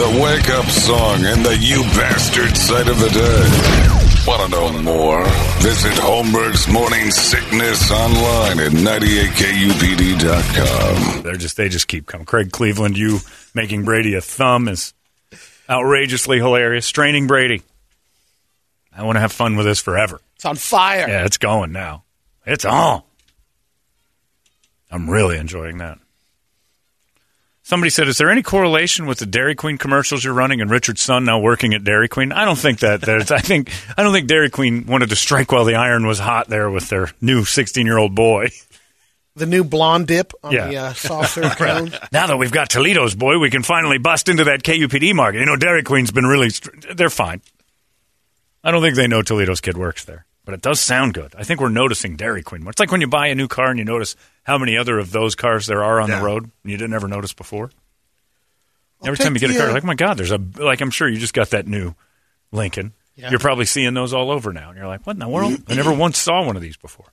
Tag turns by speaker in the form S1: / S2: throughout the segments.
S1: The wake up song and the you bastard sight of the day. Want to know more? Visit Holmberg's Morning Sickness online at 98kupd.com.
S2: They're just they just keep coming. Craig Cleveland, you making Brady a thumb is outrageously hilarious. Straining Brady. I want to have fun with this forever.
S3: It's on fire.
S2: Yeah, it's going now. It's on. I'm really enjoying that. Somebody said, "Is there any correlation with the Dairy Queen commercials you're running and Richard's son now working at Dairy Queen?" I don't think that. There's, I think I don't think Dairy Queen wanted to strike while the iron was hot there with their new 16 year old boy.
S3: The new blonde dip on
S2: Yeah.
S3: the uh, soft serve cone.
S2: Now that we've got Toledo's boy, we can finally bust into that KUPD market. You know, Dairy Queen's been really, str- they're fine. I don't think they know Toledo's kid works there, but it does sound good. I think we're noticing Dairy Queen. more. It's like when you buy a new car and you notice how many other of those cars there are on
S4: Yeah.
S2: the road and you didn't ever notice before.
S3: I'll
S2: Every time you
S3: take
S2: get a
S3: the,
S2: car,
S3: uh,
S2: you're like, oh my God, there's a, like, I'm sure you just got that new Lincoln.
S3: Yeah.
S2: You're probably seeing those all over now. And you're like, what in the world? I never once saw one of these before.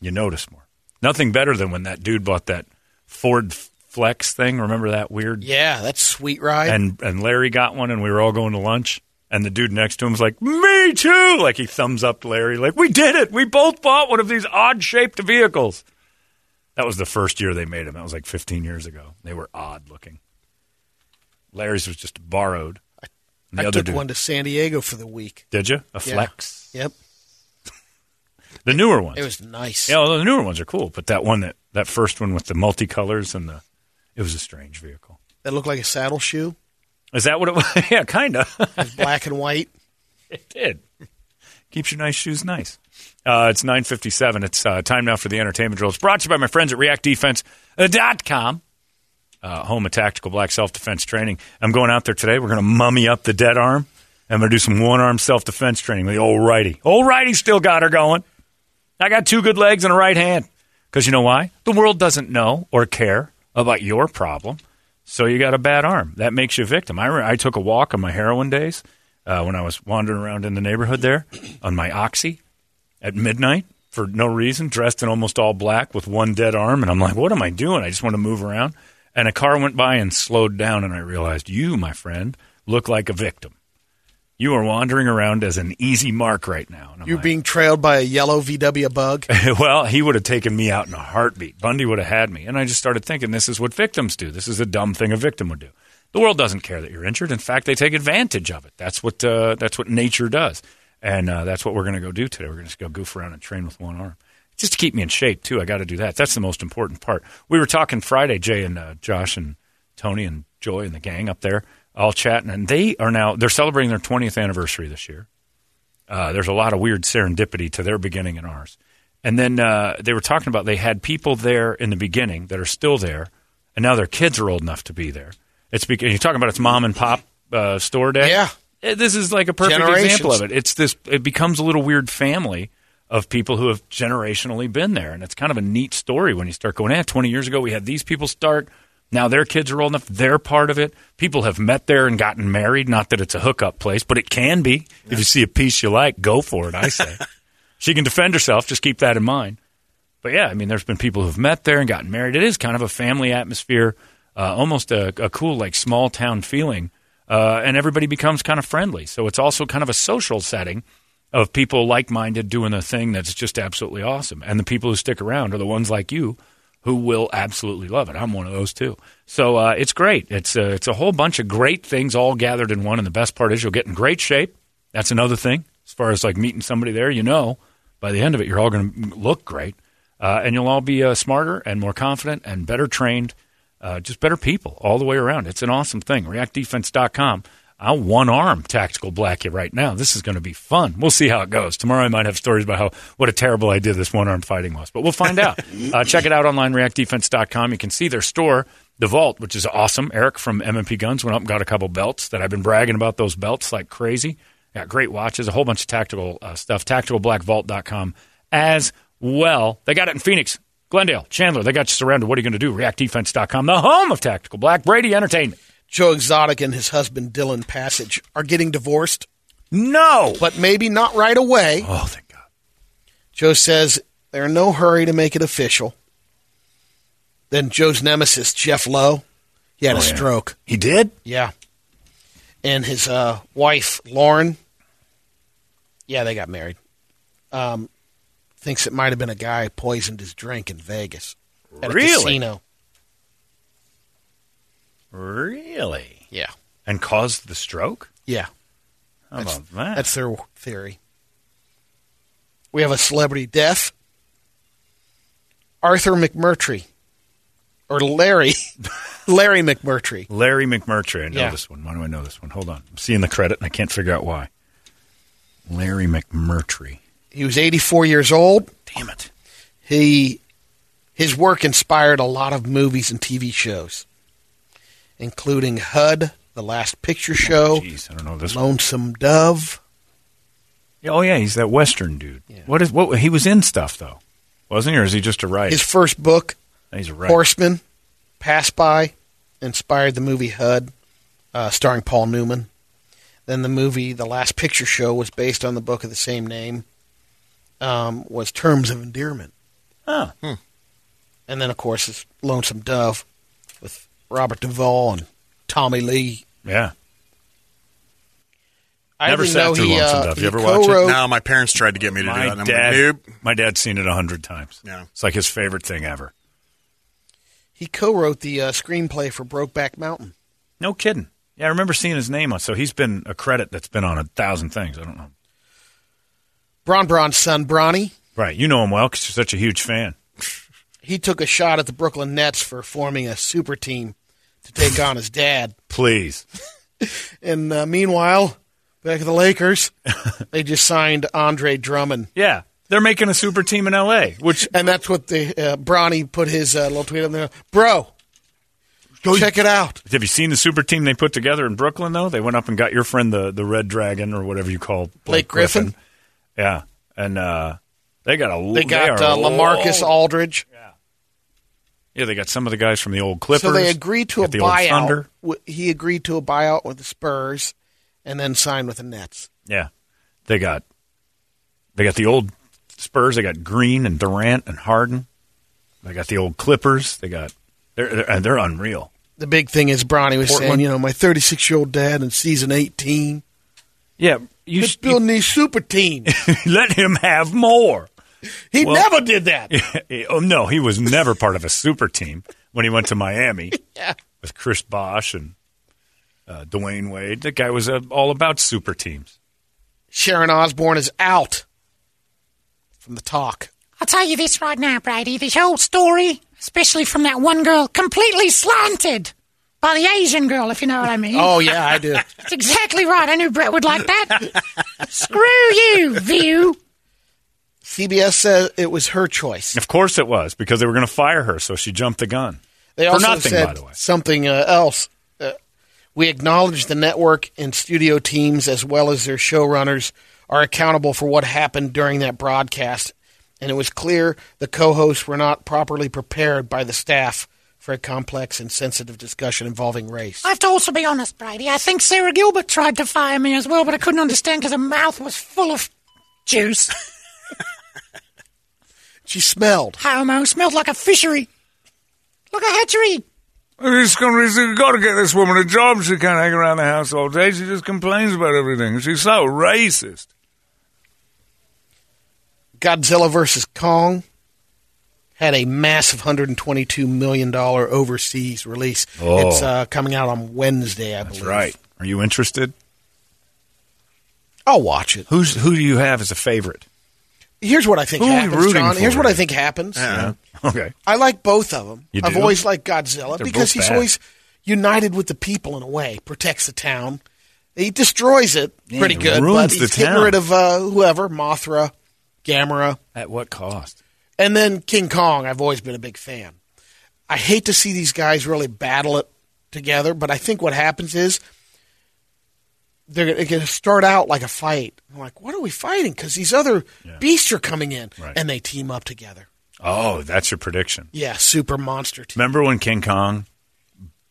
S2: You notice more. Nothing better than when that dude bought that Ford Flex thing. Remember that weird?
S3: yeah, that's sweet ride.
S2: and and Larry got one, and we were all going to lunch. And the dude next to him was like, "Me too!" Like he thumbs up Larry, like, "We did it! We both bought one of these odd shaped vehicles." That was the first year they made them. That was like 15 years ago. They were odd looking. Larry's was just borrowed. And the
S3: I
S2: other
S3: took
S2: dude,
S3: one to San Diego for the week.
S2: did you? A
S3: Yeah.
S2: Flex,
S3: Yep,
S2: the newer ones.
S3: it was nice.
S2: yeah, well, the newer ones are cool, but that one that that first one with the multicolors and the it was a strange vehicle.
S3: That looked like a saddle shoe.
S2: Is that what it was? yeah, kind of.
S3: It was black and white.
S2: It did. Keeps your nice shoes nice. Uh, it's 9.57. It's uh, time now for the entertainment drill. It's brought to you by my friends at reactdefense.com. Uh, home of tactical black self-defense training. I'm going out there today. We're going to mummy up the dead arm. I'm going to do some one-arm self-defense training with the old righty. Old righty still got her going. I got two good legs and a right hand. Because you know why? The world doesn't know or care about your problem. So you got a bad arm. That makes you a victim. I, re- I took a walk on my heroin days uh, when I was wandering around in the neighborhood there on my oxy at midnight for no reason, dressed in almost all black with one dead arm. And I'm like, what am I doing? I just want to move around. And a car went by and slowed down. And I realized, you, my friend, look like a victim. You are wandering around as an easy mark right now. And I'm
S3: You're
S2: like,
S3: being trailed by a yellow VW bug.
S2: well, he would have taken me out in a heartbeat. Bundy would have had me. And I just started thinking this is what victims do. This is a dumb thing a victim would do. The world doesn't care that you're injured. In fact, they take advantage of it. That's what, uh, that's what nature does. And uh, that's what we're going to go do today. We're going to go goof around and train with one arm. Just to keep me in shape, too. I got to do that. That's the most important part. We were talking Friday, Jay and uh, Josh and Tony and Joy and the gang up there all chatting. And they are now, they're celebrating their 20th anniversary this year. Uh, there's a lot of weird serendipity to their beginning and ours. And then uh, they were talking about they had people there in the beginning that are still there, and now their kids are old enough to be there. It's because you're talking about it's mom and pop uh, store day.
S3: Yeah.
S2: Eh, this is like a perfect
S3: Generations.
S2: example of it. It's this. It becomes a little weird family of people who have generationally been there, and it's kind of a neat story when you start going. Ah, 20 years ago we had these people start. Now their kids are old enough; they're part of it. People have met there and gotten married. Not that it's a hookup place, but it can be. If you see a piece you like, go for it. I say. She can defend herself. Just keep that in mind. But yeah, I mean, there's been people who've met there and gotten married. It is kind of a family atmosphere, uh, almost a, a cool, like, small town feeling. Uh, and everybody becomes kind of friendly. So it's also kind of a social setting of people like minded doing a thing that's just absolutely awesome. And the people who stick around are the ones like you who will absolutely love it. I'm one of those too. So uh, it's great. It's a, it's a whole bunch of great things all gathered in one. And the best part is you'll get in great shape. That's another thing. As far as like meeting somebody there, you know, by the end of it, you're all going to look great. Uh, and you'll all be uh, smarter and more confident and better trained, uh, just better people all the way around. It's an awesome thing. ReactDefense.com. I'll one arm tactical black you right now. This is going to be fun. We'll see how it goes. Tomorrow I might have stories about how what a terrible idea this one arm fighting was, but we'll find out. uh, check it out online, reactdefense.com. You can see their store, The Vault, which is awesome. Eric from MMP Guns went up and got a couple belts that I've been bragging about those belts like crazy. Got great watches, a whole bunch of tactical uh, stuff. TacticalBlackVault.com as well. They got it in Phoenix, Glendale, Chandler. They got you surrounded. What are you going to do? ReactDefense.com, the home of Tactical Black, Brady Entertainment.
S3: Joe Exotic and his husband Dylan Passage are getting divorced,
S2: No.
S3: but maybe not right away.
S2: Oh, thank God.
S3: Joe says they're in no hurry to make it official.
S2: Oh,
S3: Then Joe's nemesis, Jeff Lowe, he had a stroke.
S2: He did?
S3: Yeah. and his uh, wife Lauren. Yeah, they got married. Um, thinks it might have been a guy poisoned his drink in Vegas at
S2: Really?
S3: a casino.
S2: Really?
S3: Yeah,
S2: And caused the stroke?
S3: yeah,
S2: How about that?
S3: that's their theory. We have a celebrity death. Arthur McMurtry, or Larry, Larry McMurtry.
S2: Larry McMurtry. I know
S3: Yeah.
S2: this one. Why do I know this one? Hold on. I'm seeing the credit and I can't figure out why. Larry McMurtry.
S3: He was 84 years old.
S2: Damn it.
S3: He his work inspired a lot of movies and TV shows, including HUD, The Last Picture Show,
S2: Jeez, I don't know this one.
S3: Lonesome Dove.
S2: Yeah, Oh yeah, he's that Western dude. What is what he was in stuff though? Wasn't he or is he just a writer?
S3: His first book,
S2: he's a writer.
S3: Horseman, Pass By, inspired the movie HUD, uh, starring Paul Newman. Then the movie The Last Picture Show was based on the book of the same name. Um, was Terms of Endearment,
S2: Huh.
S3: and then of course is Lonesome Dove with Robert Duvall and Tommy Lee.
S2: Yeah.
S3: I
S2: Never
S3: didn't
S2: sat
S3: know
S2: through
S3: he,
S2: Lonesome
S3: uh,
S2: Dove. You
S3: he
S2: ever watch it?
S3: co-wrote-
S4: No, my parents tried to get me to do
S2: Oh. My
S4: it. And I'm
S2: dad,
S4: like, nope.
S2: my dad's seen it a hundred times.
S4: Yeah.
S2: It's like his favorite thing ever.
S3: He co-wrote the uh, screenplay for Brokeback Mountain.
S2: No kidding. Yeah, I remember seeing his name on so he's been a credit that's been on a thousand things. I don't know.
S3: Bron Bron's son, Bronny,
S2: Right. You know him well because you're such a huge fan.
S3: he took a shot at the Brooklyn Nets for forming a super team to take on his dad.
S2: Please.
S3: And uh, meanwhile, back at the Lakers, they just signed Andre Drummond.
S2: Yeah. They're making a super team in LA, which
S3: And that's what the uh, Bronny put his uh, little tweet up there. Bro, check it out.
S2: Have you seen the super team they put together in Brooklyn? Though they went up and got your friend the the Red Dragon or whatever you call
S3: Blake Griffin.
S2: Yeah, and uh, they got a
S3: They got
S2: are
S3: uh,
S2: loaded.
S3: LaMarcus Aldridge.
S2: Yeah, they got some of the guys from the old Clippers.
S3: So they agreed to a
S2: got the old
S3: buyout.
S2: Thunder.
S3: W- He agreed to a buyout with the Spurs, and then signed with the Nets.
S2: Yeah, they got they got the old Spurs. They got Green and Durant and Harden. They got the old Clippers. They got they're they're, and they're unreal.
S3: The big thing is Bronny was
S2: Portland.
S3: saying, you know, my 36 year old dad in season 18
S2: Yeah, you
S3: is building these super teams.
S2: let him have more.
S3: He
S2: Well-
S3: never did that.
S2: oh no, he was never part of a super team when he went to Miami with Chris Bosch and uh, Dwayne Wade. That guy was uh, all about super teams.
S3: Sharon Osbourne is out from the talk.
S5: I'll tell you this right now, Brady. This whole story, especially from that one girl, completely slanted by the Asian girl, if you know what I mean.
S3: Oh yeah, I do.
S5: That's exactly right. I knew Brett would like that. Screw you, View.
S3: CBS said it was her choice.
S2: Of course it was because they were going to fire her, so she jumped the gun.
S3: They
S2: For
S3: also
S2: nothing,
S3: said
S2: by the way.
S3: something uh, else. Uh, we acknowledge the network and studio teams, as well as their showrunners, are accountable for what happened during that broadcast, and it was clear the co-hosts were not properly prepared by the staff for a complex and sensitive discussion involving race.
S5: I have to also be honest, Brady. I think Sarah Gilbert tried to fire me as well, but I couldn't understand because her mouth was full of juice.
S3: She smelled.
S5: Homo smelled like a fishery. Like a hatchery.
S6: It's gonna, you got to get this woman a job. She can't hang around the house all day. She just complains about everything. She's so racist.
S3: Godzilla vs. Kong had a massive $122 million overseas release.
S2: Oh.
S3: It's uh, coming out on Wednesday, I believe.
S2: Are you interested?
S3: I'll watch it.
S2: Who's who do you have as a favorite?
S3: Here's what I think
S2: Who are we
S3: happens,
S2: rooting
S3: John. Here's
S2: for?
S3: what I think happens.
S2: Uh-huh. Okay.
S3: I like both of them.
S2: You
S3: I've
S2: do?
S3: always liked Godzilla
S2: They're
S3: because
S2: both
S3: he's
S2: bad.
S3: always united with the people in a way, protects the town. He destroys it pretty
S2: he
S3: good,
S2: ruins
S3: but
S2: the
S3: he's getting
S2: town.
S3: rid of uh, whoever, Mothra, Gamera.
S2: At what cost?
S3: And then King Kong, I've always been a big fan. I hate to see these guys really battle it together, but I think what happens is they're going to start out like a fight. I'm like, what are we fighting? Because these other beasts are coming in,
S2: Right.
S3: and they team up together.
S2: Oh, that's your prediction.
S3: Yeah, super monster team.
S2: Remember when King Kong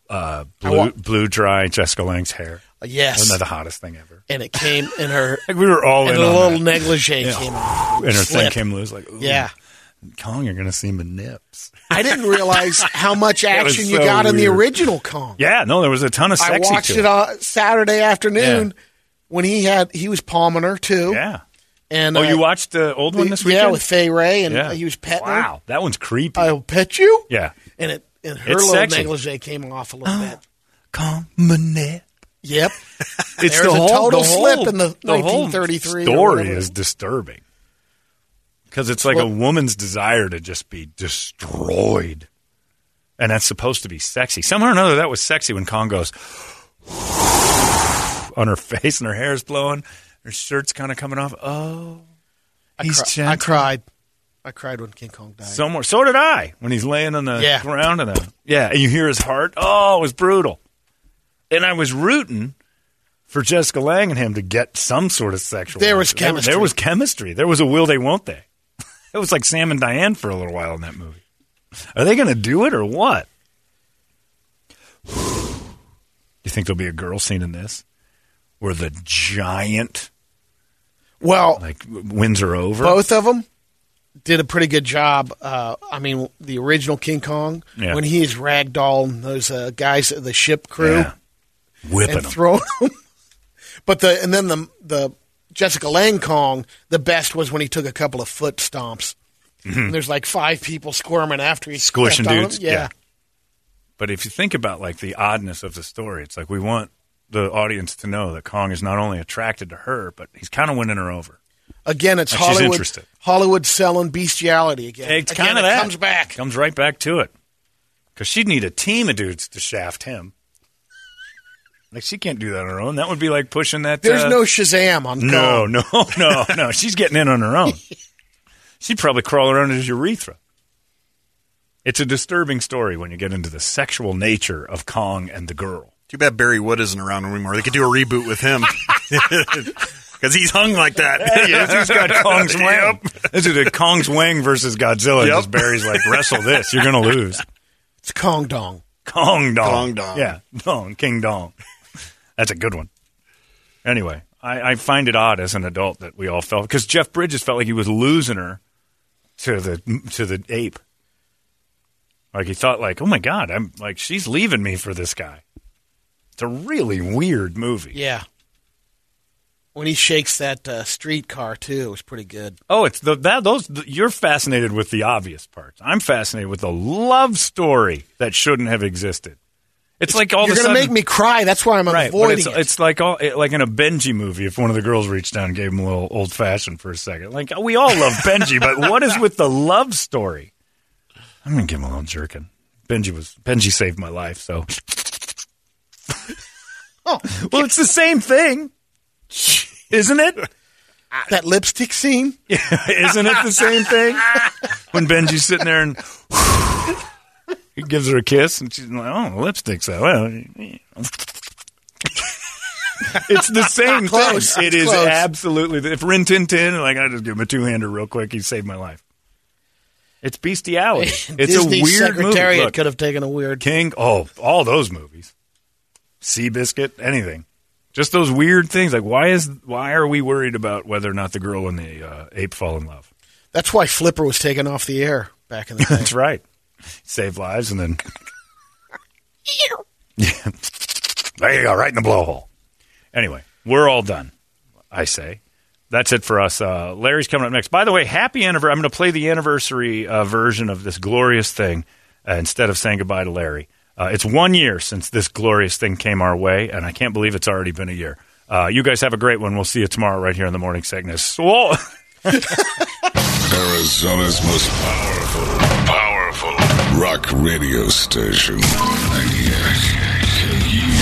S2: uh, blew,
S3: want-
S2: blew dry Jessica Lang's hair?
S3: Yes,
S2: Wasn't that the hottest thing ever?
S3: and it came in her
S2: Like we were all
S3: and
S2: in
S3: a
S2: on
S3: little
S2: that.
S3: negligee
S2: Yeah.
S3: came
S2: and her thing
S3: slip.
S2: came loose. Like ooh.
S3: Yeah.
S2: Kong, you're going to see my nips.
S3: I didn't realize how much
S2: was
S3: action you
S2: so
S3: got in the
S2: weird.
S3: original Kong.
S2: Yeah, no, there was a ton of
S3: I
S2: sexy.
S3: watched
S2: to
S3: it on Saturday afternoon
S2: Yeah.
S3: when he had he was palming her too.
S2: Yeah.
S3: And
S2: Oh,
S3: uh,
S2: you watched the old one this weekend?
S3: Yeah, with Faye Ray, and
S2: Yeah.
S3: he was Uh, petting her.
S2: Wow, that one's creepy.
S3: I'll pet you.
S2: yeah.
S3: And it and her
S2: It's
S3: little
S2: sexy. Oh.
S3: negligee came off a little bit.
S2: Kong, my nip.
S3: Yep.
S2: It's
S3: There's
S2: the
S3: a
S2: whole,
S3: total
S2: the whole-
S3: slip in the
S2: the whole
S3: 1933 or
S2: story
S3: whatever.
S2: is disturbing because it's like a
S3: Well-
S2: woman's desire to just be destroyed, and that's supposed to be sexy. Somehow or another, that was sexy when Kong goes on her face and her hair's blowing, her shirt's kind of coming off. Oh, he's
S3: I, cri- I
S2: gentle.
S3: cried. I cried when King Kong died.
S2: Somewhere, so did I when he's laying on the
S3: Yeah.
S2: ground and that. Yeah, and you hear his heart. Oh, it was brutal. And I was rooting for Jessica Lang and him to get some sort of sexual.
S3: There was
S2: action.
S3: chemistry.
S2: There was chemistry. There was a will they won't they. It was like Sam and Diane for a little while in that movie. Are they going to do it or what? You think there'll be a girl scene in this where the giant
S3: well,
S2: like wins her over?
S3: both of them did a pretty good job. Uh, I mean, the original King Kong
S2: Yeah.
S3: when he is ragdolling those uh, guys at the ship crew
S2: Yeah. whipping
S3: and
S2: them.
S3: throwing them. but the and then the the Jessica Lang Kong the best was when he took a couple of foot stomps. And There's like five people squirming after he
S2: Mm-hmm. Squishing
S3: stepped on
S2: dudes,
S3: him. Yeah.
S2: yeah. But if you think about like the oddness of the story, it's like we want the audience to know that Kong is not only attracted to her, but he's kind of winning her over.
S3: Again, it's
S2: She's
S3: Hollywood.
S2: interested.
S3: Hollywood selling bestiality again.
S2: It's
S3: Again,
S2: kind of
S3: it
S2: that
S3: comes back.
S2: comes right back to it. Because she'd need a team of dudes to shaft him. Like she can't do that on her own. That would be like pushing that.
S3: There's
S2: uh,
S3: no Shazam on
S2: no,
S3: Kong.
S2: no, no, no. She's getting in on her own. She'd probably crawl around his urethra. It's a disturbing story when you get into the sexual nature of Kong and the girl.
S4: Too bad Barry Wood isn't around anymore. They could do a reboot with him. Because he's hung like that.
S2: He's got Kong's Wang. This is a Kong's Wang versus Godzilla. And
S4: Yep.
S2: Just Barry's like, wrestle this. You're going to lose.
S3: It's Kong Dong.
S2: Kong Dong.
S4: Kong Dong.
S2: Yeah, Dong. King Dong. That's a good one. Anyway, I, I find it odd as an adult that we all felt because Jeff Bridges felt like he was losing her to the to the ape. Like he thought, like, oh my god, I'm like she's leaving me for this guy. It's a really weird movie.
S3: Yeah. When he shakes that uh, streetcar too, it was pretty good.
S2: Oh, it's the that those th you're fascinated with the obvious parts. I'm fascinated with the love story that shouldn't have existed. It's, like all
S3: You're
S2: of a
S3: gonna
S2: sudden,
S3: make me cry. That's why I'm
S2: right? But
S3: avoiding
S2: it's,
S3: it.
S2: it's like all it, like in a Benji movie. If one of the girls reached down and gave him a little old fashioned for a second, like we all love Benji, but what is with the love story? I'm gonna give him a little jerkin. Benji was Benji saved my life, so.
S3: Oh.
S2: well, it's the same thing, isn't it?
S3: that lipstick scene.
S2: Isn't it the same thing? when Benji's sitting there and he gives her a kiss, and she's like, "Oh, the lipstick's out." Well, it's the same
S3: Close.
S2: thing. It
S3: It's
S2: is
S3: close.
S2: absolutely. the- If Rin Tin Tin, like I just give him a two hander real quick, he saved my life. It's bestiality. It's a
S3: Disney's
S2: weird
S3: Secretariat
S2: movie. Look,
S3: could have taken a weird.
S2: King. Oh, all those movies. Seabiscuit, anything. Just those weird things. Like why is why are we worried about whether or not the girl and the uh, ape fall in love?
S3: That's why Flipper was taken off the air back in the day.
S2: That's right. Save lives and then. Yeah. there you go, right in the blowhole. Anyway, we're all done, I say. That's it for us. Uh, Larry's coming up next. By the way, happy anniversary. I'm going to play the anniversary uh, version of this glorious thing uh, instead of saying goodbye to Larry. Uh, it's one year since this glorious thing came our way, and I can't believe it's already been a year. Uh, you guys have a great one. We'll see you tomorrow right here in the morning sickness. Whoa.
S1: Arizona's most powerful, powerful rock radio station. And yes, you